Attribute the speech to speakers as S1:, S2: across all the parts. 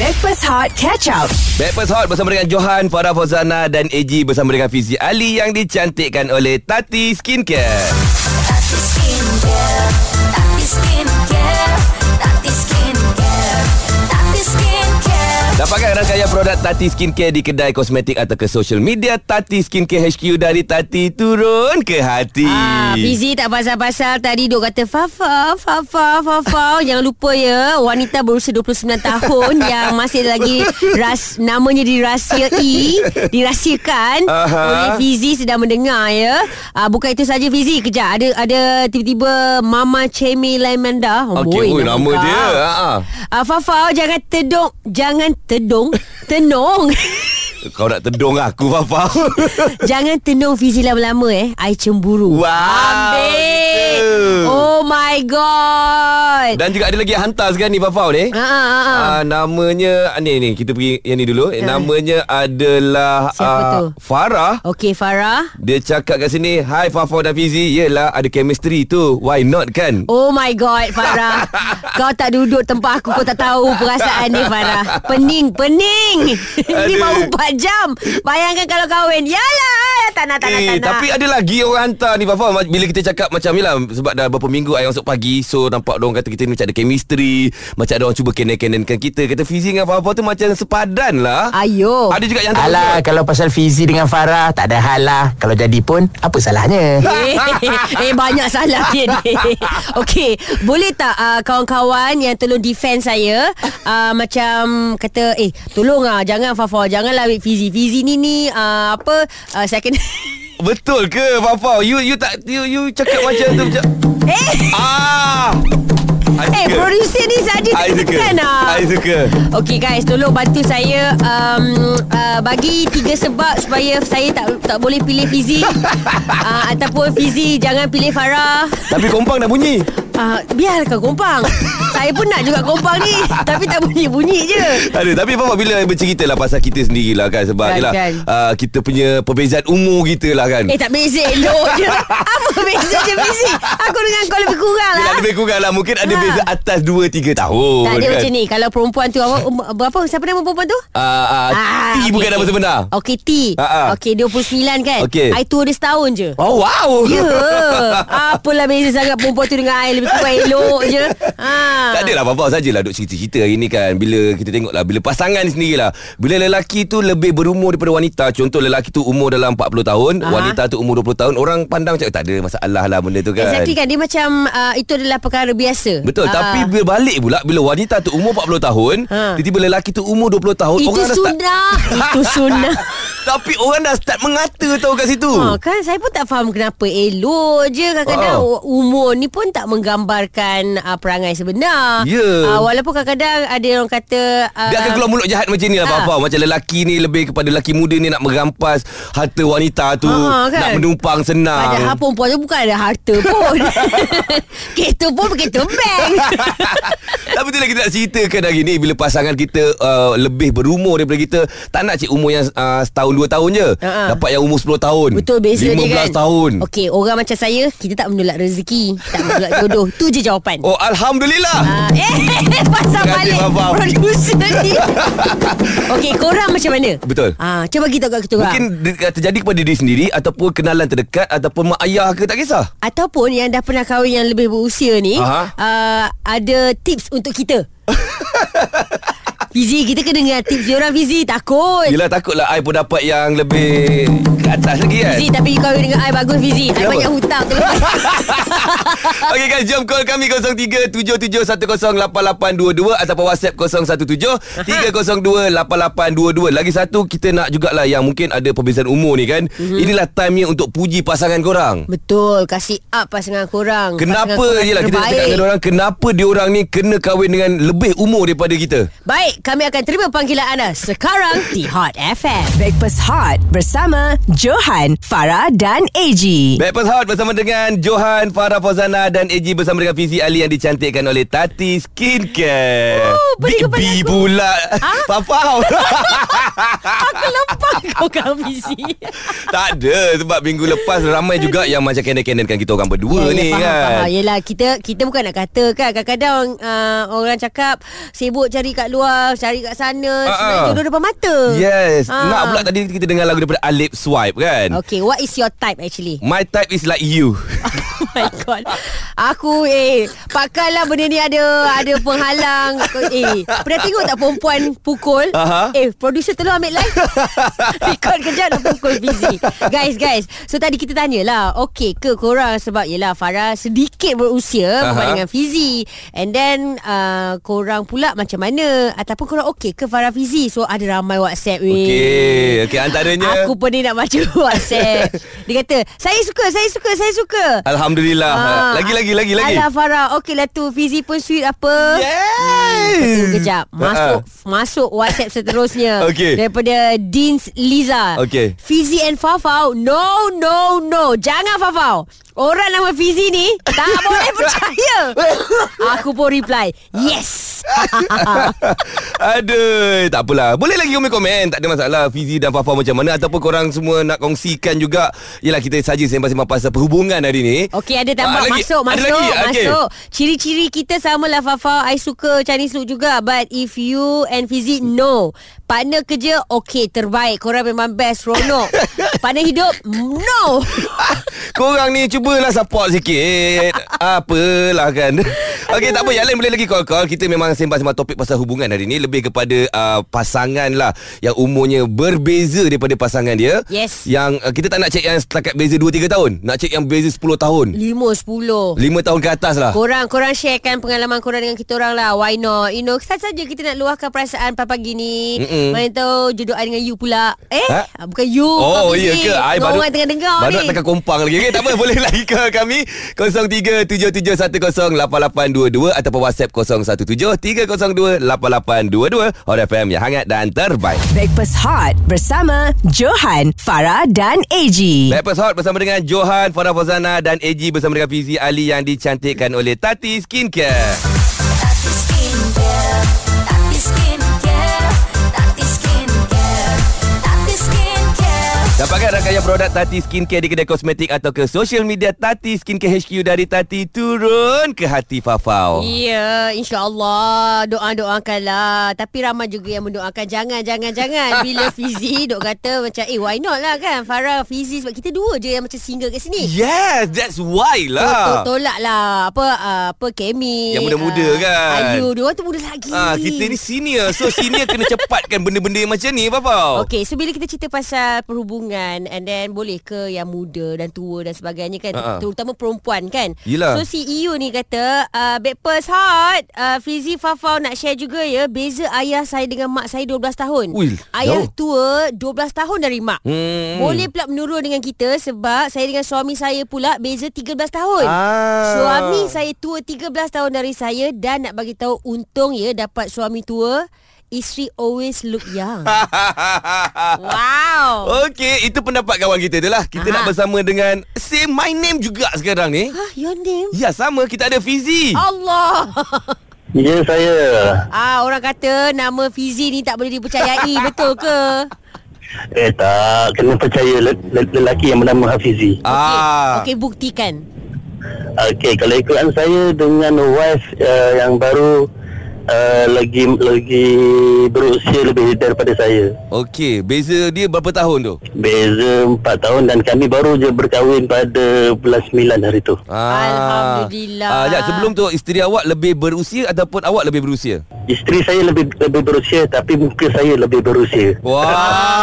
S1: Breakfast Hot Catch Up.
S2: Breakfast Hot bersama dengan Johan, Farah Fozana dan AG bersama dengan Fizi Ali yang dicantikkan oleh Tati Skincare.
S3: Tati Skincare, Tati Skincare, Tati Skincare, Tati Skincare.
S2: Dapatkan rangkaian produk Tati Skincare di kedai kosmetik atau ke social media Tati Skincare HQ dari Tati turun ke hati.
S4: Ah, Fizi tak pasal-pasal Tadi duk kata Fafa Fafa Fafa Jangan lupa ya Wanita berusia 29 tahun Yang masih lagi ras, Namanya dirahsiai Dirahsiakan
S2: Aha.
S4: Oleh Fizi sedang mendengar ya ah, Bukan itu saja Fizi Kejap ada ada tiba-tiba Mama Oh, Chemi Laimanda
S2: Okey, ui, nama dia. Ah,
S4: Uh, Fafa jangan tedung Jangan tedung Tenung
S2: Kau nak tedung aku, Fafa.
S4: Jangan tenung Fizi lama-lama eh I cemburu
S2: Wow,
S4: Ambil
S2: gitu.
S4: Oh my god
S2: Dan juga ada lagi yang hantar sekarang ni, Fafa ni.
S4: Ah, ah, ah, ah.
S2: Ah, namanya ah, ni ni kita pergi yang ni dulu. Eh,
S4: Ah.
S2: namanya adalah
S4: Siapa
S2: ah,
S4: tu?
S2: Farah.
S4: Okey Farah
S2: Dia cakap kat sini Hai Fafa dan Fizi Yelah ada chemistry tu Why not kan
S4: Oh my god Farah Kau tak duduk tempat aku Kau tak tahu perasaan ni Farah Pening Pening Ini
S2: Aduh.
S4: baru 4 jam Bayangkan kalau kahwin Yalah Tak nak tak nak, tak
S2: Eh,
S4: nak.
S2: tapi ada lagi orang hantar ni Fafa Ma- Bila kita cakap macam ni lah Sebab dah beberapa minggu Ayah masuk pagi So nampak orang kata kita ni macam ada chemistry Macam ada orang cuba kenan-kenankan kita Kata Fizi dengan Fafa tu macam sepadan lah
S4: Ayo
S2: Ada juga yang hantar
S5: Alah
S2: juga.
S5: kalau pasal Fizi dengan Farah Tak ada hal lah Kalau jadi pun Apa salahnya
S4: Eh, eh banyak salah dia ni. Okey, boleh tak uh, kawan-kawan yang tolong defend saya uh, macam kata eh tolong ah jangan Fafa janganlah ambil Fizi. Fizi ni ni uh, apa uh, second
S2: Betul ke Fafa You you tak you, you cakap macam tu macam
S4: Eh,
S2: Ah
S4: eh producer ni saja
S2: I
S4: tak
S2: suka
S4: tekan ah.
S2: I suka
S4: Okey guys, tolong bantu saya um, uh, bagi tiga sebab supaya saya tak tak boleh pilih Fizi uh, ataupun Fizi jangan pilih Farah.
S2: Tapi kompang dah bunyi
S4: Uh, biarkan kompang Saya pun nak juga kompang ni Tapi tak bunyi-bunyi je
S2: Aduh, tapi Fafa bila bercerita lah pasal kita sendirilah kan sebab
S4: Kan,
S2: yalah,
S4: kan.
S2: Uh, kita punya perbezaan umur kita lah kan.
S4: Eh tak beza elok je Apa beza je busy Aku dengan kau lebih kurang lah
S2: Yalah, lebih kurang lah Mungkin ada
S4: Ha.
S2: beza atas 2-3 tahun
S4: Tak ada
S2: kan.
S4: macam ni Kalau perempuan tu apa, um, Berapa siapa nama perempuan tu
S2: Uh, uh,
S4: Ah,
S2: T
S4: okey,
S2: bukan nama
S4: okey.
S2: sebenar
S4: Okey T
S2: Ha, ha.
S4: Okey 29 kan
S2: Okey.
S4: I tua dia setahun je
S2: Oh wow
S4: Ya Ah. Apalah beza sangat perempuan tu dengan I Lebih kurang elok je ha.
S2: Tak lah adalah apa-apa sajalah Duk cerita-cerita hari ni kan Bila kita tengok lah Bila pasangan ni sendirilah Bila lelaki tu lebih berumur daripada wanita Contoh lelaki tu umur dalam 40 tahun
S4: Aha.
S2: Wanita tu umur 20 tahun Orang pandang macam Tak ada masalah lah benda tu kan
S4: Exactly kan Dia macam uh, Itu adalah perkara biasa
S2: Betul
S4: Ah.
S2: Tapi bila balik pula Bila wanita tu umur 40 tahun
S4: Ha.
S2: Tiba-tiba lelaki tu umur 20 tahun
S4: Itu
S2: orang dah start-
S4: sunnah Itu sunnah
S2: Tapi orang dah start mengata tau kat situ
S4: Ha, kan saya pun tak faham kenapa elok je kadang-kadang
S2: Ha.
S4: u- umur ni pun tak menggambarkan uh, perangai sebenar.
S2: Ya.
S4: Uh, walaupun kadang-kadang ada orang kata uh,
S2: Dia akan keluar mulut jahat macam ni lah
S4: Ha.
S2: Fafau Macam lelaki ni Lebih kepada lelaki muda ni Nak merampas Harta wanita tu
S4: Ha, kan?
S2: Nak menumpang senang
S4: Padahal perempuan tu bukan ada harta pun. kereta pun kereta bank.
S2: Tapi itulah kita nak ceritakan hari ni Bila pasangan kita uh, Lebih berumur daripada kita Tak nak cik umur yang uh, Setahun dua tahun je
S4: Ha-ha.
S2: Dapat yang umur 10 tahun
S4: Ah, Betul beza dia kan
S2: 15 tahun
S4: Okey orang macam saya Kita tak menolak rezeki Tak menolak jodoh Tu je jawapan
S2: Oh
S4: Ah,
S2: Alhamdulillah
S4: eh, pasal
S2: Terima kasih,
S4: balik
S2: Abang.
S4: producer ni. Okey, korang macam mana?
S2: Betul.
S4: Ah, coba kita kat kita orang.
S2: Mungkin de- terjadi kepada diri sendiri Ataupun kenalan terdekat Ataupun mak ayah ke tak kisah
S4: Ataupun yang dah pernah kahwin yang lebih berusia ni
S2: Aha.
S4: uh, Ada tips untuk kita Fizi kita kena dengar tips diorang Fizi takut
S2: Yelah takutlah I pun dapat yang lebih Ke atas lagi kan
S4: Fizi tapi you kahwin dengan I bagus Fizi I
S2: Kenapa?
S4: banyak hutang tu
S2: Okey guys jom call kami 0377108822 Ataupun whatsapp 017 3028822 Lagi satu kita nak jugalah yang mungkin ada perbezaan umur ni kan mm-hmm. Inilah timenya untuk puji pasangan korang
S4: Mhm. Betul Kasih up pasangan korang pasangan
S2: Kenapa
S4: korang
S2: Yelah kita nak cakap
S4: terbaik.
S2: dengan orang Kenapa diorang ni kena kahwin dengan lebih umur daripada kita
S4: Baik kami akan terima panggilan anda Sekarang di Hot FM
S1: Breakfast Hot bersama Johan, Farah dan AG.
S2: Breakfast Hot bersama dengan Johan, Farah Fauzana dan Eji bersama dengan Fizi Ali yang dicantikkan oleh Tati Skincare.
S4: Oh, pening
S2: Big
S4: kepala
S2: B
S4: aku.
S2: pula. Ha? Papau.
S4: Lepas kau kau busy
S2: tak ada sebab minggu lepas ramai juga yang macam kena-kenakan kita orang berdua
S4: Ya, ya,
S2: ni
S4: faham,
S2: kan.
S4: faham. Yelah kita kita bukan nak kata kan Kadang-kadang uh, orang cakap Sibuk cari kat luar Cari kat sana
S2: Ah,
S4: uh-uh.
S2: ah.
S4: jodoh depan mata
S2: Yes.
S4: Ah.
S2: Nak pula tadi kita dengar lagu daripada Alip Swipe kan.
S4: Okay what is your type actually
S2: My type is like you.
S4: Oh my god Aku eh Pakailah benda ni ada Ada penghalang Kau- Eh Pernah tengok tak perempuan pukul
S2: Aha.
S4: Eh producer tolong ambil live Record kejap dah pukul busy Guys guys So tadi kita tanyalah Okay ke korang Sebab yelah Farah sedikit berusia
S2: Aha.
S4: Berbanding dengan Fizi And then uh, Korang pula macam mana Ataupun korang okay ke Farah Fizi So ada ramai whatsapp weh
S2: Okey, okey antaranya
S4: Aku pening nak baca WhatsApp Dia kata Saya suka Saya suka Saya suka
S2: Alhamdulillah.
S4: Ah,
S2: lagi lagi lagi lagi.
S4: Alah Farah Okey lah tu Fizi pun sweet apa Tunggu
S2: Yes.
S4: kejap Masuk Masuk WhatsApp seterusnya
S2: Ha. Okey.
S4: Daripada Deans Liza
S2: Okey.
S4: Fizi and Fafau No no no Jangan Fafau Orang nama Fizi ni Tak boleh percaya Aku pun reply Yes
S2: Ah. Aduh Tak apalah Boleh lagi komen-komen Tak ada masalah Fizi dan Fafa macam mana Ataupun korang semua Nak kongsikan juga Yelah kita saja Sembang-sembang pasal perhubungan hari ni
S4: Okey ada tambah
S2: Ah, lagi.
S4: Masuk
S2: Ada
S4: Masuk
S2: lagi? Okey.
S4: Masuk Ciri-ciri kita sama lah Fafau I suka Chinese look juga But if you and Fizi No Partner kerja Okay terbaik Korang memang best Rono Partner hidup No
S2: Korang ni Cubalah support sikit Apalah kan Okey tak apa Yang lain boleh lagi call-call Kita memang sembang-sembang topik Pasal hubungan hari ni Lebih kepada uh, Pasangan lah Yang umurnya Berbeza daripada pasangan dia
S4: Yes.
S2: Yang uh, kita tak nak cek Yang setakat beza 2-3 tahun Nak cek yang beza 10 tahun
S4: Lima sepuluh
S2: 5 tahun ke atas lah
S4: Korang Korang sharekan pengalaman korang Dengan kita orang lah Why not You know Kita saja kita nak luahkan Perasaan pagi ni
S2: Mm-mm.
S4: Mana tahu Jodoh I dengan you pula Eh
S2: Ha?
S4: ha? Bukan you
S2: Oh
S4: kau
S2: iya
S4: busy.
S2: ke I
S4: Dengan Orang tengah dengar
S2: Baru
S4: ni
S2: nak tekan kompang lagi okay, Tak apa boleh lagi ke kami 0377108822 Ataupun WhatsApp 0173028822 Hot FM yang hangat dan terbaik
S1: Breakfast Hot bersama Johan, Farah dan AG.
S2: Lepas Hot bersama dengan Johan, Farah Fazana dan AG bersama dengan Fizi Ali yang dicantikkan oleh Tati Skincare.
S3: Tati skincare, Tati skincare, Tati skincare, Tati skincare.
S2: Dapatkan rangkaian produk Tati Skincare di kedai kosmetik atau ke social media Tati Skincare HQ dari Tati turun ke hati Fafau.
S4: Ya, insyaAllah doa-doakanlah. Tapi ramai juga yang mendoakan jangan, jangan, jangan. Bila Fizi dok kata macam, eh why not lah kan? Farah, Fizi sebab kita dua je yang macam single kat sini.
S2: Yes, that's why lah.
S4: Tol- Tolak lah Apa uh, apa Kemi
S2: Yang muda-muda
S4: ah,
S2: kan?
S4: Ayu Dia orang tu muda lagi
S2: Ah, kita ni senior So senior kena cepatkan Benda-benda yang macam ni Papa
S4: Okay, so bila kita cerita pasal perhubungan and then boleh ke yang muda dan tua dan sebagainya kan
S2: Ha-ha.
S4: uh-huh. terutama perempuan kan.
S2: Yelah.
S4: So CEO ni kata, uh, Backpers Hot, uh, Fizi Fafau nak share juga ya beza ayah saya dengan mak saya 12 tahun.
S2: Ui,
S4: ayah
S2: jauh.
S4: tua 12 tahun dari mak.
S2: Hmm.
S4: Boleh pula menurun dengan kita sebab saya dengan suami saya pula beza 13 tahun.
S2: Ah.
S4: Suami saya tua 13 tahun dari saya dan nak bagi tahu untung ya dapat suami tua, isteri always look young. Wow.
S2: Okay Itu pendapat kawan kita tu lah Kita
S4: Aha.
S2: nak bersama dengan Say my name juga sekarang ni
S4: Hah, your name?
S2: Ya sama Kita ada Fizi
S4: Oh, Allah.
S6: Ya saya
S4: Ah, orang kata nama Fizi ni tak boleh dipercayai, betul ke?
S6: Eh tak Kena percaya le- le- lelaki yang bernama Hafizi
S2: Ah.
S4: Okey, buktikan.
S6: Okey kalau ikutkan saya dengan wife uh, yang baru uh, Lagi lagi berusia lebih daripada saya
S2: Okey Beza dia berapa tahun tu
S6: Beza 4 tahun dan kami baru je berkahwin pada bulan 9 hari tu
S2: Ah.
S4: Alhamdulillah.
S2: ah, jap, Sebelum tu Isteri awak lebih berusia Ataupun awak lebih berusia
S6: Isteri saya lebih lebih berusia tapi muka saya lebih berusia
S2: Wah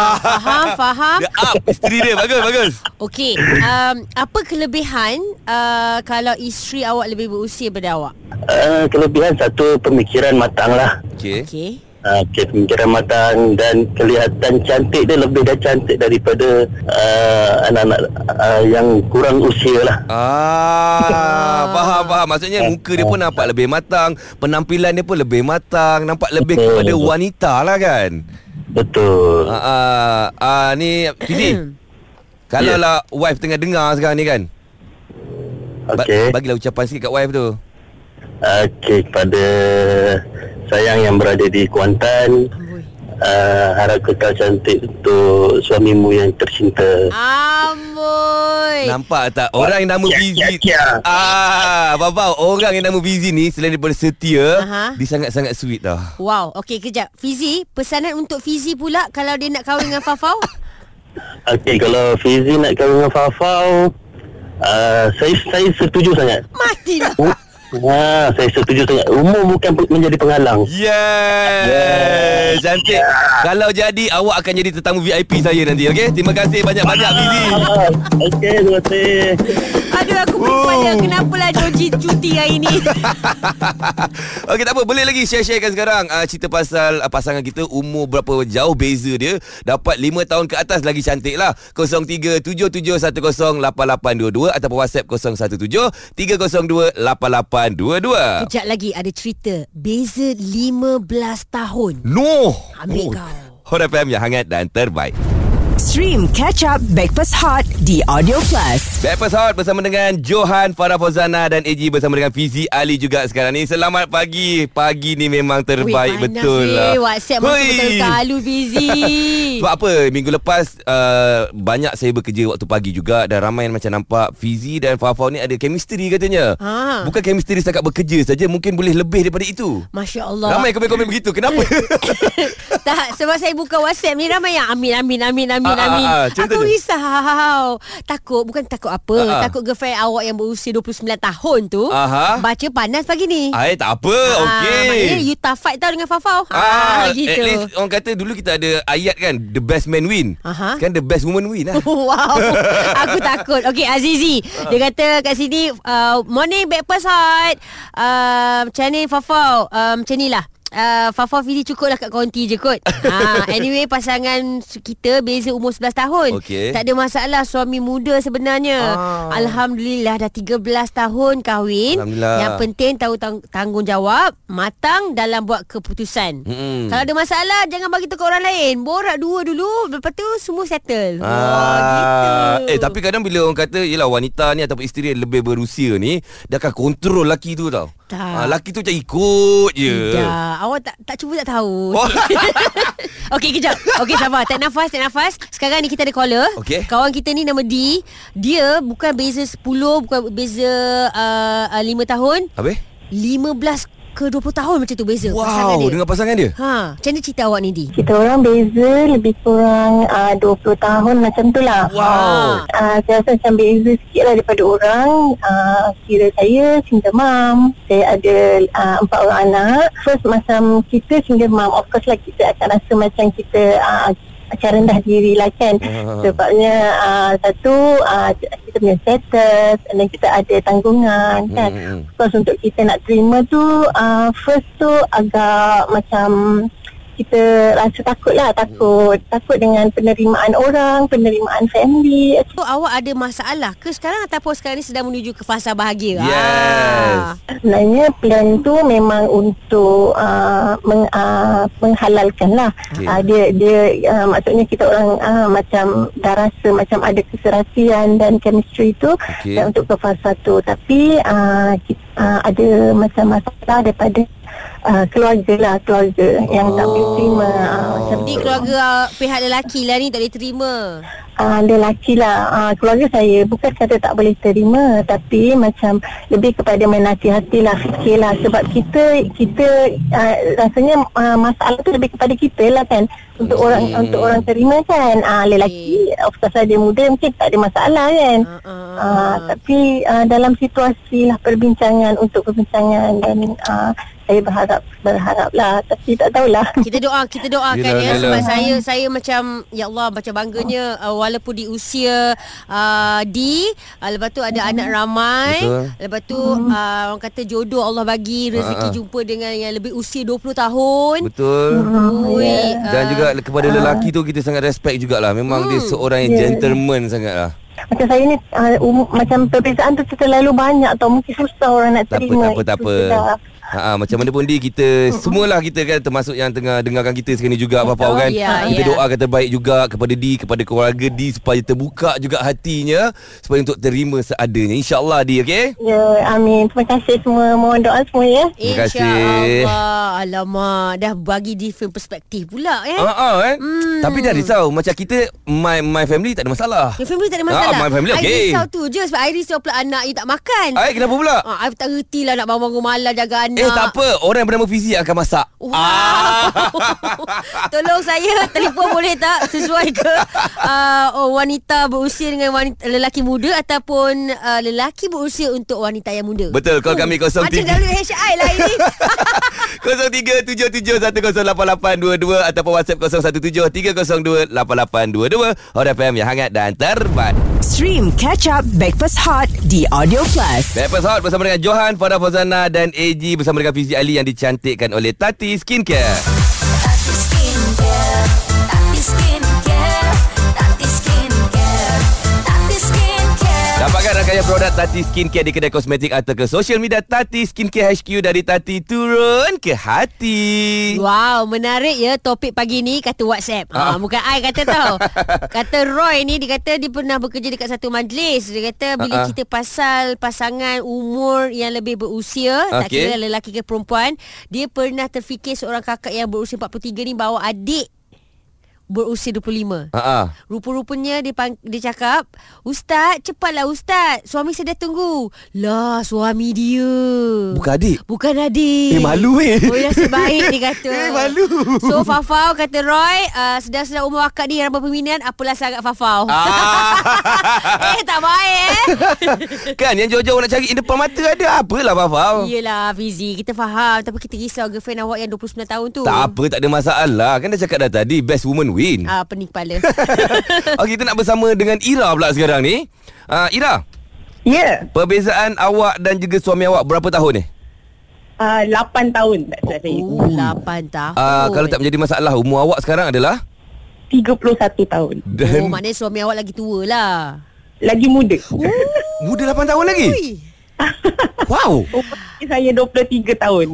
S4: Faham, faham.
S2: Dia up Isteri dia Bagus bagus
S4: Okey, um, apa kelebihan uh, kalau isteri awak lebih berusia daripada awak?
S6: uh, Kelebihan satu pemikiran matang lah
S2: Okey
S4: Okey.
S6: Uh, pemikiran matang dan kelihatan cantik dia lebih dah cantik daripada uh, anak-anak uh, yang kurang usia lah.
S2: Ah, faham faham. Maksudnya muka dia pun nampak lebih matang, penampilan dia pun lebih matang, nampak lebih
S6: Betul.
S2: kepada wanita lah kan.
S6: Betul.
S2: Ah ah, ah ni Fizi. Kalau
S6: Ya.
S2: yeah. lah wife tengah dengar sekarang ni kan
S6: Okey.
S2: Bagilah ucapan sikit kat wife tu
S6: Okey kepada sayang yang berada di Kuantan. Uh, harap kekal cantik untuk suamimu yang tercinta.
S4: Amboi.
S2: Nampak tak Orang yang nama
S6: Kia,
S2: busy
S6: kia, kia.
S2: Ah, Baba Orang yang nama busy ni Selain daripada setia
S4: Aha.
S2: Dia sangat-sangat sweet tau
S4: Wow. Okey, kejap. Fizi, pesanan untuk Fizi pula kalau dia nak kahwin dengan Fafau.
S6: Okey kalau Fizi nak kahwin dengan Fafau, uh, saya saya setuju sangat.
S4: Mati dah.
S6: Uh, Ha, saya setuju sangat. Umur bukan pe- menjadi penghalang.
S2: Yes yeah. Cantik Kalau jadi Awak akan jadi tetamu VIP saya nanti Okay Terima kasih banyak-banyak busy
S6: Ah, Okey, terima kasih.
S4: Aduh, aku lupa
S2: Oh.
S4: dia. Kenapalah Joji cuti hari ni.
S2: Okey tak apa Boleh lagi share-sharekan sekarang uh, Cerita pasal uh, pasangan kita Umur berapa jauh beza dia Dapat 5 tahun ke atas lagi cantik lah 0377108822 Ataupun WhatsApp 017-302-8822
S4: Kejap lagi ada cerita. Beza 15 tahun.
S2: No
S4: Ambil
S2: Oh.
S4: kau.
S2: Hot FM yang hangat dan terbaik
S1: Stream Catch Up Breakfast Hot di Audio Plus.
S2: Breakfast Hot bersama dengan Johan, Farah Fozana dan AG bersama dengan Fizi Ali juga sekarang ni. Selamat pagi. Pagi ni memang
S4: panas
S2: terbaik betul
S4: weh.
S2: lah.
S4: WhatsApp masuk
S2: Hui.
S4: berkalu busy.
S2: Sebab apa Minggu lepas uh, Banyak saya bekerja Waktu pagi juga Dan ramai yang macam nampak Fizi dan Fafau ni Ada chemistry katanya
S4: Ha.
S2: Bukan chemistry setakat bekerja saja Mungkin boleh lebih daripada itu
S4: Masya Allah.
S2: Ramai komen-komen begitu Kenapa?
S4: tak sebab saya buka WhatsApp ni ramai yang amin amin amin amin
S2: Ah, ah,
S4: amin.
S2: ah, cerita
S4: Aku
S2: tu.
S4: risau. Takut bukan takut apa,
S2: Ah, ah.
S4: takut girlfriend awak yang berusia 29 tahun tu
S2: Aha.
S4: baca panas pagi ni.
S2: Ay, tak apa
S4: Ah, maknanya
S2: Okey
S4: you tak fight tau dengan Fafau.
S2: Ah,
S4: gitu.
S2: At least orang kata dulu kita ada ayat kan The best man win
S4: Aha.
S2: Kan the best woman win lah
S4: Wow Aku takut Okay Azizi Dia kata kat sini uh, Morning breakfast hot uh, Macam ni Fafau uh, Macam ni lah Uh, Fafau Fizi cukup lah kat konti je kot ha, Anyway pasangan su- kita Beza umur 11 tahun
S2: Okey.
S4: Tak ada masalah Suami muda sebenarnya
S2: Ah.
S4: Alhamdulillah Dah 13 tahun kahwin
S2: Alhamdulillah.
S4: Yang penting tahu tang- tanggungjawab Matang dalam buat keputusan
S2: Mm-mm.
S4: Kalau ada masalah Jangan bagi tu ke orang lain Borak dua dulu Lepas tu semua settle
S2: Ah,
S4: Wah, gitu.
S2: eh tapi kadang bila orang kata Yelah wanita ni ataupun isteri yang lebih berusia ni Dia akan kontrol laki tu tau
S4: Tak.
S2: Ah, Laki tu macam ikut je
S4: Tidak. Awak tak tak cuba tak tahu.
S2: Oh.
S4: Okey kejap. Okey sabar. Tarik nafas, tarik nafas. Sekarang ni kita ada caller.
S2: Okey.
S4: Kawan kita ni nama D. Dia bukan beza 10, bukan beza uh, uh, 5 tahun.
S2: Habis?
S4: 15 ke 20 tahun macam tu beza pasangan
S2: Wow
S4: dia.
S2: dengan pasangan dia
S4: Ha, macam mana cerita awak ni D?
S7: Kita orang beza lebih kurang uh, 20 tahun macam tu lah.
S2: Wow.
S7: Uh, saya rasa macam beza sikit lah daripada orang. Uh, kira saya single mom. Saya ada uh, empat orang anak. First macam kita single mom. Of course lah kita akan rasa macam kita uh, macam rendah diri lah kan
S2: Ah.
S7: Sebabnya uh, Satu uh, Kita punya status And then kita ada tanggungan kan
S2: Hmm, hmm,
S7: Of course untuk kita nak terima tu uh, First tu agak macam Kita rasa takut lah Takut Takut dengan penerimaan orang Penerimaan family
S4: So, awak ada masalah ke sekarang ataupun sekarang ni sedang menuju ke fasa bahagia?
S2: Yes.
S4: Ah.
S7: Sebenarnya plan tu memang untuk uh, meng, uh, menghalalkan lah.
S2: Okey.
S7: Okay. Uh, dia dia uh, maksudnya kita orang uh, macam dah rasa macam ada keserasian dan chemistry tu
S2: Okey.
S7: okay. dan untuk ke fasa tu. Tapi uh, kita, uh, ada macam masalah daripada uh, keluarga lah keluarga oh. yang tak boleh terima uh, macam
S2: Oh.
S4: Jadi
S7: tu.
S4: keluarga ah, pihak lelaki lah ni tak boleh terima.
S7: uh, lelaki lah uh, keluarga saya bukan kata tak boleh terima tapi macam lebih kepada menasihati lah fikir lah sebab kita kita uh, rasanya uh, masalah tu lebih kepada kita lah kan untuk hmm. orang untuk orang terima kan uh, lelaki of course lah dia muda mungkin tak ada masalah kan
S4: Ah, ah.
S7: uh, tapi uh, dalam situasi lah perbincangan untuk perbincangan dan uh, saya berharap berharap lah tapi tak tahulah
S4: Kita doa, kita doakan
S2: Yelah,
S4: ya
S2: yelah.
S4: sebab saya saya macam ya Allah macam bangganya uh, walaupun di usia uh, di uh, lepas tu ada anak ramai,
S2: Betul.
S4: lepas tu uh, orang kata jodoh Allah bagi rezeki
S2: Ah, ah.
S4: jumpa dengan yang lebih usia 20 tahun.
S2: Betul Ya.
S4: Ui, ah.
S2: Dan juga kepada lelaki tu Kita sangat respect jugalah Memang
S4: Hmm.
S2: dia
S4: Ya.
S2: seorang yang gentleman sangat lah
S7: Macam saya ni ah, uh, um, Macam perbezaan tu terlalu banyak tau Mungkin susah orang nak
S2: Tak apa,
S7: terima
S2: tak apa, tak
S7: Itu
S2: apa.
S7: je lah.
S2: Ha, ha, macam mana pun di kita semualah kita kan termasuk yang tengah dengarkan kita sekarang ni juga apa-apa
S4: Betul,
S2: orang.
S4: ya,
S2: kita
S4: ya.
S2: doakan terbaik juga kepada di kepada keluarga di supaya terbuka juga hatinya supaya untuk terima seadanya. Insya-Allah di
S4: Eh?
S2: okey.
S7: Ya, amin. Terima kasih semua. Mohon doa semua ya.
S2: Terima kasih.
S4: InsyaAllah Alamak Dah bagi different perspektif pula eh
S2: Ha
S4: uh.
S2: ah, kan.
S4: Hmm.
S2: Tapi dah risau macam kita my my family tak ada masalah.
S4: Your family tak ada masalah
S2: Ah, my family
S4: I
S2: okey.
S4: risau tu je Sebab I risau pula anak you tak makan
S2: Ai kenapa pula?
S4: Ah, I tak reti lah nak bangun-bangun malam jaga anak.
S2: Eh tak apa Orang yang bernama Fizi akan masak Ah.
S4: Wow. Tolong saya telefon boleh tak sesuai ke uh, oh, wanita berusia dengan wanita, lelaki muda ataupun uh, lelaki berusia untuk wanita yang muda.
S2: Betul, call kami 03.
S4: Macam WHI lah ini.
S2: 0377108822 Ataupun WhatsApp 0173028822 Hot FM yang hangat dan terbaik
S1: Stream Catch Up Backpass Hot di Audio Plus.
S2: Breakfast Hot bersama dengan Johan, Farah Fauzana dan AG Bersama dengan Fizi Ali yang dicantikkan oleh Tati Skincare
S3: Tati skincare, Tati skincare, Tati skincare, Tati skincare.
S2: Dapatkan rangkaian produk Tati Skincare di kedai kosmetik atau ke social media Tati Skincare HQ dari Tati turun ke hati.
S4: Wow, menarik ya topik pagi ni kata WhatsApp. Ha,
S2: Ah.
S4: bukan I kata tau. kata Roy ni dia kata dia pernah bekerja dekat satu majlis. Dia kata bila
S2: Ah, ah.
S4: kita pasal pasangan umur yang lebih berusia, okay. tak
S2: Okey.
S4: kira lelaki ke perempuan, dia pernah terfikir seorang kakak yang berusia 43 ni bawa adik berusia 25.
S2: Ha ah.
S4: Rupa-rupanya dia pang- dia cakap, "Ustaz, cepatlah ustaz. Suami saya dah tunggu." Lah, suami dia.
S2: Bukan adik.
S4: Bukan adik.
S2: Eh, malu, eh.
S4: Oh nasib baik dia kata.
S2: Eh, malu.
S4: So Fafau kata Roy, uh, sedang-sedang umur akak ni ramai peminat, apalah sangat Fafau.
S2: Ah.
S4: eh tak baik eh.
S2: kan yang jauh-jauh nak cari depan mata ada apalah Fafau.
S4: Ya, Yelah Fizi, kita faham tapi kita risau girlfriend awak yang 29 tahun tu.
S2: Tak apa, tak ada masalah. Kan dah cakap dah tadi, best woman win.
S4: Ah, pening kepala. Oh,
S2: Okey, kita nak bersama dengan Ira pula sekarang ni. Uh, Ira,
S7: Ya,
S2: perbezaan awak dan juga suami awak berapa tahun ni?
S7: uh, 8 tahun tak salah saya.
S4: oh, 8 tahun.
S2: Uh, kalau tak menjadi masalah, umur awak sekarang adalah
S7: 31 tahun.
S4: Oh,
S2: dan
S4: maknanya suami awak lagi tua lah.
S7: Lagi muda.
S2: Oh. muda 8 tahun lagi. Wow.
S7: Umur saya 23 tahun.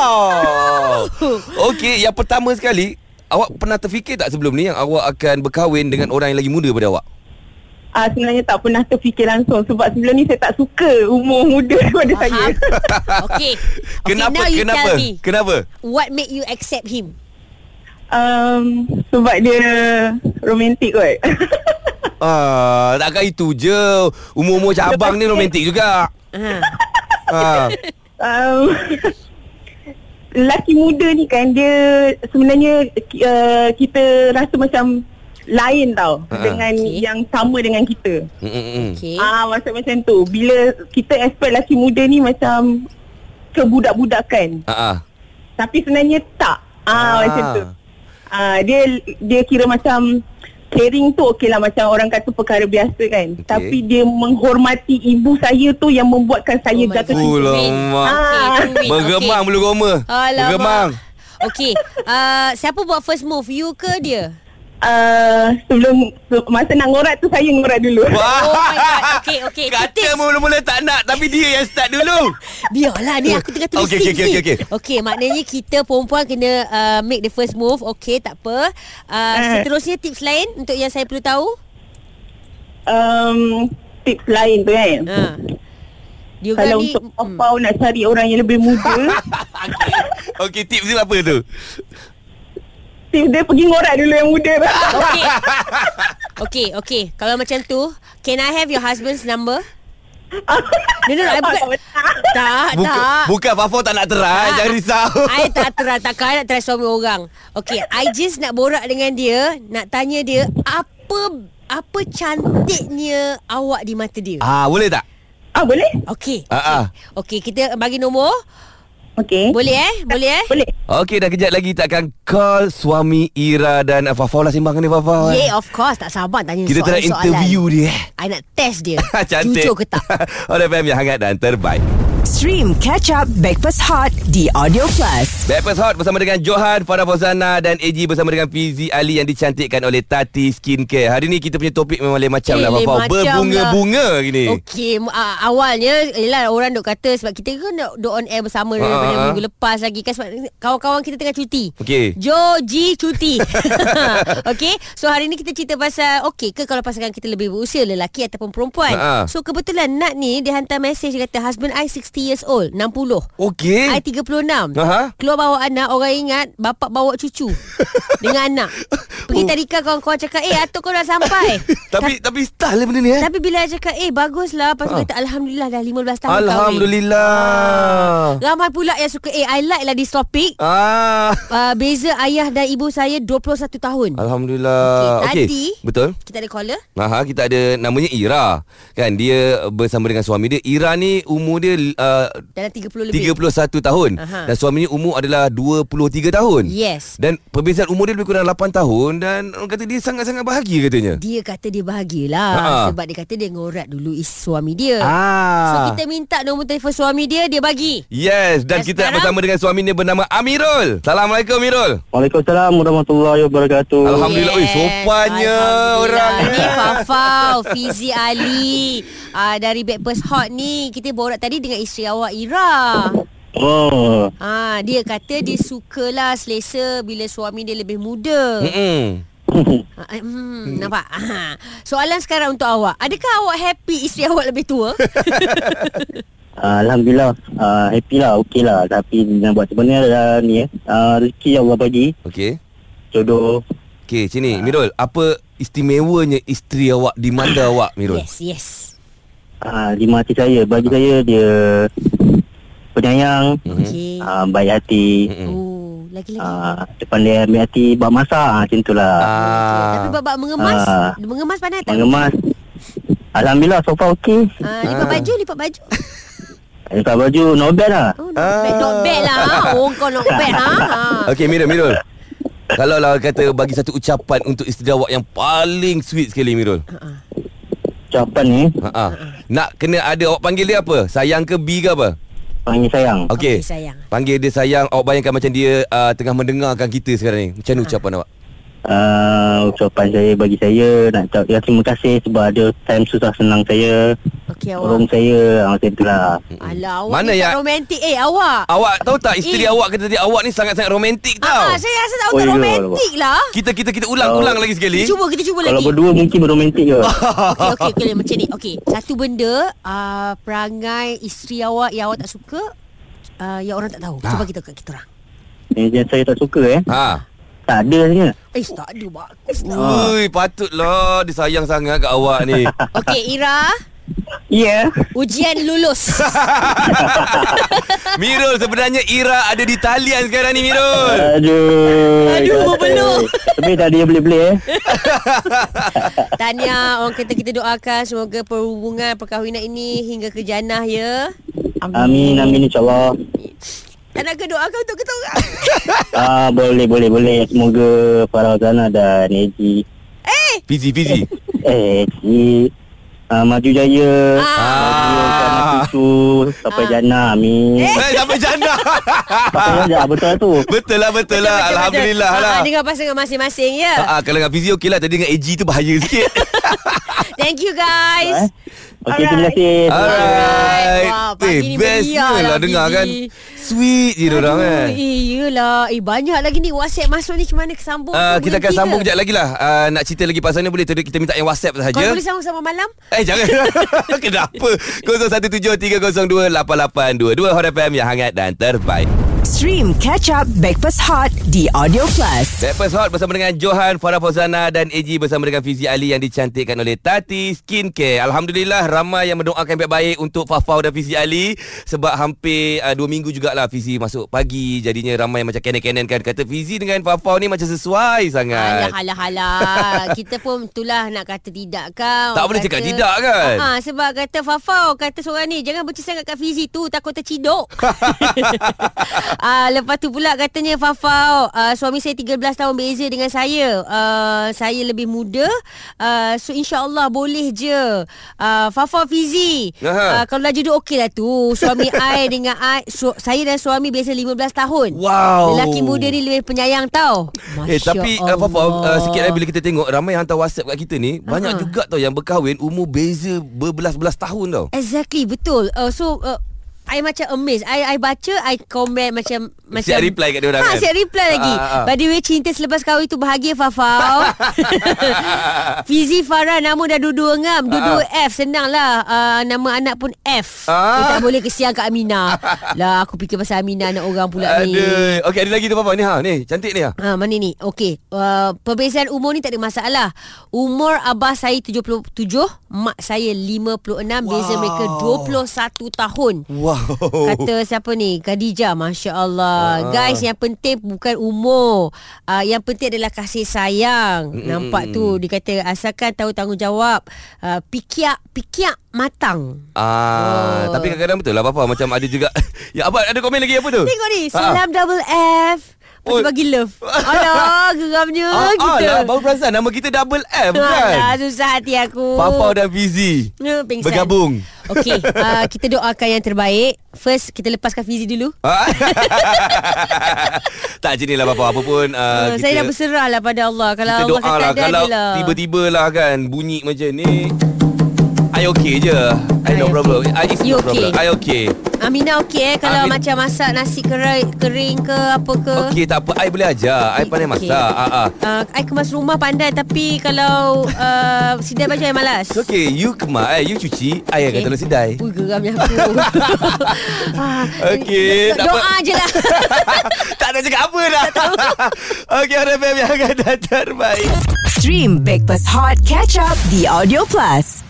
S2: Wow. Okey, yang pertama sekali, awak pernah terfikir tak sebelum ni yang awak akan berkahwin dengan orang yang lagi muda pada awak?
S7: Ah sebenarnya tak pernah terfikir langsung sebab sebelum ni saya tak suka umur muda daripada saya.
S4: Faham? Okay. okay.
S2: kenapa?
S4: now you
S2: kenapa?
S4: tell me.
S2: Kenapa?
S4: What make you accept him?
S7: Um, sebab dia romantik kot.
S2: Ah, takkan itu je. Umur-umur macam abang ni romantik juga.
S4: Ha.
S2: Ah.
S7: um, lelaki muda ni kan dia sebenarnya uh, kita rasa macam lain tau
S2: Ha, ha.
S7: dengan
S4: Okey.
S7: yang sama dengan kita.
S2: Mm, mm, mm.
S4: Okay.
S7: Ah maksud macam tu. Bila kita expect lelaki muda ni macam kebudak-budakan.
S2: Ah, ah.
S7: Tapi sebenarnya tak. Ah,
S2: Ah.
S7: ah. macam tu. Ah, dia dia kira macam caring tu okey lah macam orang kata perkara biasa kan.
S2: Okey.
S7: Tapi dia menghormati ibu saya tu yang membuatkan
S4: Oh
S7: saya
S4: my
S7: jatuh
S4: God.
S7: cinta.
S2: Ulamak.
S4: Okay, two weeks.
S2: Bergemang
S4: Okay.
S2: bulu roma.
S4: Alamak.
S2: Bergemang.
S4: Okay. Uh, siapa buat first move? You ke dia?
S7: Uh, sebelum se- masa nak ngorak tu saya ngorak dulu.
S2: Wah.
S4: Oh my God. Okay, okay. Two
S2: Kata
S4: tips.
S2: mula-mula tak nak tapi dia yang start dulu.
S4: Biarlah ni aku tengah tulis
S2: Okey,
S4: tips
S2: okey,
S4: ni.
S2: okey, okey.
S4: Okey, maknanya kita perempuan kena uh, make the first move. Okay, tak apa. Uh,
S7: Eh.
S4: seterusnya tips lain untuk yang saya perlu tahu?
S7: Um, tips lain tu kan.
S4: Ha. Dia
S7: Kalau
S4: ni, hmm.
S7: untuk papau nak cari orang yang lebih muda,
S2: Okey, tips dia apa tu?
S7: tips dia pergi ngorak dulu yang muda.
S4: Okay. okay, okay. Kalau macam tu, can I have your husband's number? No, no, no. I bukan. Tak,
S2: Buka,
S4: tak.
S2: bukan Fafo tak nak terai, jangan risau.
S4: I tak terang Takkan nak try suami orang Okay I just nak borak dengan dia Nak tanya dia Apa Apa cantiknya Awak di mata dia
S2: Ah, boleh tak?
S7: ah boleh?
S4: Okay
S2: Ah, ah.
S4: Okay kita bagi nombor
S7: Okey.
S4: Boleh eh Boleh eh
S7: Boleh.
S2: Okey, dah kejap lagi kita akan call suami Ira dan Fafo lah sembang ni Fafo. eh.
S4: Yeah of course Tak sabar tanya
S2: Kita try
S4: soalan-soalan
S2: interview dia. eh.
S4: I nak test dia
S2: Cantik.
S4: Jujur ke tak
S2: Oleh FM yang hangat dan terbaik.
S1: Stream Catch Up Backpass Hot di Audio Plus.
S2: Breakfast Hot bersama dengan Johan, Farah Fozana dan AG bersama dengan Fizi Ali yang dicantikkan oleh Tati Skincare. Hari ni kita punya topik memang lain macam
S4: Eh,
S2: lah.
S4: lain
S2: Fafau.
S4: macam
S2: Berbunga-bunga hari ni.
S4: Okey, uh, awalnya ialah orang duk kata sebab kita kan duk, duk on air bersama
S2: Ah,
S4: daripada
S2: ah, ah.
S4: minggu lepas lagi kan sebab kawan-kawan kita tengah cuti.
S2: Okey.
S4: Joji cuti. Okey, so hari ni kita cerita pasal okey ke kalau pasangan kita lebih berusia lelaki ataupun perempuan.
S2: Ah, ah.
S4: So kebetulan Nat ni dia hantar mesej dia kata husband I 60 years old, 60.
S2: Okey.
S4: I 36
S2: Aha.
S4: Keluar bawa anak Orang ingat Bapak bawa cucu Dengan anak Pergi
S2: Oh.
S4: tadika kawan-kawan cakap Eh atuk kau dah sampai
S2: Tapi tapi style lah benda ni eh.
S4: Tapi bila I cakap Eh baguslah Lepas tu kata Alhamdulillah dah 15 tahun
S2: Alhamdulillah.
S4: kahwin. Ramai pula yang suka Eh I like lah this topic
S2: Ah.
S4: uh, Beza ayah dan ibu saya 21 tahun
S2: Alhamdulillah.
S4: Okey,
S2: Okey.
S4: tadi-
S2: Betul.
S4: Kita ada caller
S2: Aha, kita ada namanya Ira. Kan dia bersama dengan suami dia. Ira ni umur dia uh,
S4: Dalam 30 lebih
S2: 31 tahun
S4: Aha.
S2: dan suaminya umur adalah 23 tahun.
S4: Yes
S2: Dan perbezaan umur dia lebih kurang 8 tahun dan orang kata dia sangat-sangat bahagia katanya.
S4: Dia kata dia bahagialah
S2: Ha.
S4: Sebab dia kata dia ngorat dulu is- suami dia
S2: Ah.
S4: So kita minta nombor telefon suami dia Dia bagi
S2: Yes, dan
S4: Dan
S2: kita
S4: sekarang-
S2: bersama dengan suami dia bernama Amirul. Assalamualaikum Amirul.
S6: Waalaikumsalam warahmatullahi wabarakatuh.
S2: Alhamdulillah. Oi, sopannya
S4: Alhamdulillah.
S2: orang
S4: Ni
S2: ni.
S4: Fafau Fizi Ali uh, Dari Backpast Hot ni Kita borak tadi dengan isteri awak Ira
S6: Oh.
S4: Ah, dia kata dia sukalah selesa bila suami dia lebih muda.
S2: Mm-mm.
S4: Ah, eh, Hmm, nampak? Ah. Soalan sekarang untuk awak. Adakah awak happy isteri awak lebih tua?
S6: Ah, Alhamdulillah ah, Happy lah Okey lah Tapi nak buat macam mana dah ni eh ah, Rezeki yang Allah bagi
S2: Okey.
S6: Jodoh
S2: Okey, sini Mirul, apa istimewanya isteri awak di mata awak Mirul?
S4: Ah. yes, yes.
S6: ah, Di mata saya Bagi saya dia Penyayang
S2: Hmm.
S4: Okey.
S6: ah, Baik hati
S2: Mm.
S4: Oh, lagi-lagi.
S6: ah, Dia pandai ambil hati Bak masak ah, Macam tu lah
S2: Ah.
S4: Tapi babak mengemas,
S6: Ah.
S4: mengemas pandai tak?
S6: Mengemas Alhamdulillah so far okey
S4: Ah, lipat baju, lipat baju.
S6: Lepas baju no bad lah
S4: Oh, not bad, not bad lah. ha. Oh, kau not bad ha. ha.
S2: Okey, Mirul, Mirul. Kalau lah kata bagi satu ucapan untuk isteri awak yang paling sweet sekali Mirul.
S6: Ucapan ni
S2: Ha ah. Nak kena ada awak panggil dia apa? Sayang ke B ke apa?
S6: Panggil sayang
S2: Okey.
S4: Okey, sayang.
S2: Panggil dia sayang. Awak bayangkan macam dia uh, tengah mendengarkan kita sekarang ni. Macam mana
S4: Ah.
S2: ucapan awak?
S6: uh, ucapan saya bagi saya nak ucap ya, terima kasih sebab ada time susah senang saya
S4: Okey, awak.
S6: tolong saya ah, macam tu lah
S4: Alah, awak
S2: Mana
S4: Mana ni
S2: yang- Ah.
S4: tak romantik. Eh, awak.
S2: Awak tahu tak isteri
S4: Eh.
S2: awak kata tadi awak ni sangat-sangat romantik tau.
S4: Ah, ah, saya rasa tak awak tak
S6: Oh, ya,
S4: romantik lah.
S2: Kita kita kita ulang-ulang lagi sekali.
S4: Kita cuba, kita cuba
S6: kalau
S4: lagi.
S6: berdua mungkin romantik je
S4: Okey, okey, okey. Macam ni. Okey, satu benda uh, perangai isteri awak yang awak tak suka, uh, yang orang tak tahu. Cuba
S2: Ah.
S4: kita kat kita orang.
S6: yang yang saya tak suka eh
S2: Ha.
S6: tak ada saja
S4: Eh, tak ada bagus lah.
S2: Ui, patutlah dia sayang sangat kat awak ni.
S4: Okey, Ira.
S6: ya yeah.
S4: Ujian lulus.
S2: Mirul sebenarnya Ira ada di talian sekarang ni Mirul.
S6: Aduh
S4: Aduh,
S6: kata.
S4: belum.
S6: Tapi tak dia boleh-boleh eh
S4: Tahniah orang kata kita doakan semoga perhubungan perkahwinan ini hingga ke jannah ya.
S6: Amin Amin insyaAllah
S4: Tak nak ke doakan untuk kita orang.
S6: ah, Boleh boleh boleh Semoga Farah Zana dan Eji
S2: Fizi Fizi.
S6: Eh Eji ah, Maju jaya
S4: Ah.
S2: Ah.
S6: ah. Cucu Sampai
S4: Ah.
S6: jana Amin eh.
S2: Eh, sampai janda.
S6: Sampai jana betul lah tu
S2: betul lah, betul lah. Alhamdulillah
S4: Macam-
S2: lah.
S4: Ah, Dengan pasangan masing-masing ya.
S2: Ha, kalau dengan Fizi okey lah. Tadi dengan AG tu bahaya sikit.
S4: Thank you guys.
S6: Eh? Okey, terima kasih.
S7: eh,
S2: Alright.
S4: Wah, pagi ni meriah
S2: bestnya lah
S4: lah,
S2: dengar
S4: Fizi.
S2: kan. Sweet je
S4: Aduh,
S2: orang kan.
S4: Eh, yelah. Eh, banyak lagi ni WhatsApp masuk ni macam mana sambung.
S2: Uh,
S4: ke?
S2: kita akan
S4: Berhenti
S2: sambung
S4: ke?
S2: kejap lagi lah uh, Nak cerita lagi pasal ni Boleh ter- kita minta yang WhatsApp sahaja
S4: Kau boleh sambung sama malam?
S2: Eh jangan Kenapa 0173028822 Hot FM yang hangat dan terbaik
S1: Stream Catch Up Backpass Hot di Audio Plus.
S2: Breakfast Hot bersama dengan Johan, Farah Fauzana dan AG bersama dengan Fizi Ali yang dicantikkan oleh Tati Skincare. Alhamdulillah ramai yang mendoakan baik-baik untuk Fafau dan Fizi Ali sebab hampir uh, dua minggu jugalah Fizi masuk pagi jadinya ramai yang macam kenen-kenen kan kata Fizi dengan Fafau ni macam sesuai sangat.
S4: Alah, alah, alah. Kita pun itulah nak kata tidak kan.
S2: Tak
S4: Orang
S2: boleh cakap tidak kan?
S4: Ah, ah, sebab kata Fafau kata seorang ni jangan benci sangat kat Fizi tu takut terciduk. Uh, lepas tu pula katanya Fafau uh, Suami saya 13 tahun beza dengan saya uh, Saya lebih muda uh, So insyaAllah boleh je uh, Fafau Fizi uh,
S2: Aha.
S4: Kalau dah jodoh okey lah tu Suami I dengan I su- Saya dan suami biasa 15 tahun
S2: Wow.
S4: Lelaki muda ni lebih penyayang tau
S2: Oh. Eh tapi uh, Fafa uh, sikit lagi bila kita tengok ramai yang hantar WhatsApp kat kita ni
S4: Ha.
S2: banyak juga tau yang berkahwin umur beza berbelas-belas tahun tau.
S4: Exactly betul. Uh, so uh, I macam amazed I I baca I comment macam macam
S2: Siap reply kat diorang
S4: ha,
S2: kan?
S4: Siap reply lagi
S2: Ah, ah, ah.
S4: By the way Cinta selepas kahwin tu Bahagia Fafau Fizi Farah Nama dah dua-dua
S2: Ah,
S4: ngam Dua-dua F Senang lah uh, Nama anak pun F
S2: Ah.
S4: ah. Tak boleh kesian kat Amina Lah aku fikir pasal Amina Anak orang pula ni
S2: Ada. Okey ada lagi tu Fafa ni ha ni cantik ni ha.
S4: Ha, mana ni? Okey. Uh, perbezaan umur ni tak ada masalah. Umur abah saya 77, mak saya 56, wow. beza mereka 21 tahun.
S2: Wow.
S4: Kata siapa ni? Khadijah. Masya
S2: Ah.
S4: Allah. Guys, yang penting bukan umur. Uh, yang penting adalah kasih sayang. Mm. Nampak tu. Dia kata asalkan tahu tanggungjawab. Uh, pikiak, pikiak matang.
S2: Ah,
S4: Oh.
S2: tapi kadang-kadang betul lah Fafa macam ada juga. ya apa ada komen lagi apa tu?
S4: Tengok ni.
S2: Ah, ah.
S4: Salam double F. Lepas
S2: Oh.
S4: tu bagi love. Alah, geramnya
S2: Ah, ah,
S4: kita.
S2: lah, baru perasan nama kita double F
S4: Alah,
S2: kan?
S4: susah hati aku.
S2: Papa dan Fizi
S4: Ya, pingsan.
S2: bergabung.
S4: Okey, uh, kita doakan yang terbaik. First, kita lepaskan Fizi dulu.
S2: Ah. tak jenis lah Papa Apa pun uh,
S4: Uh, saya dah berserah lah pada Allah. Kalau
S2: Kita
S4: Allah
S2: doa
S4: kata
S2: lah
S4: ada,
S2: Kalau
S4: ada lah.
S2: tiba-tiba lah kan Bunyi macam ni I okay je I
S4: I okay.
S2: no problem I is
S4: You
S2: no problem
S4: okay?
S2: I okay
S4: Amina okey eh kalau
S2: Amin.
S4: macam masak nasi kering, kering ke apa ke.
S2: Okay tak apa I boleh ajar I pandai masak ah, ah.
S4: Uh, I kemas rumah pandai tapi kalau uh, sidai baju I malas.
S2: It's okay You kemas eh, You cuci I akan
S4: Okey.
S2: tolong sidai
S4: Ui geramnya aku. Ah,
S2: Okey, tak
S4: doa
S2: apa.
S4: je lah.
S2: Tak nak cakap apa dah Okay RFM yang akan datang terbaik
S1: Stream Breakfast Hot Catch Up The Audio Plus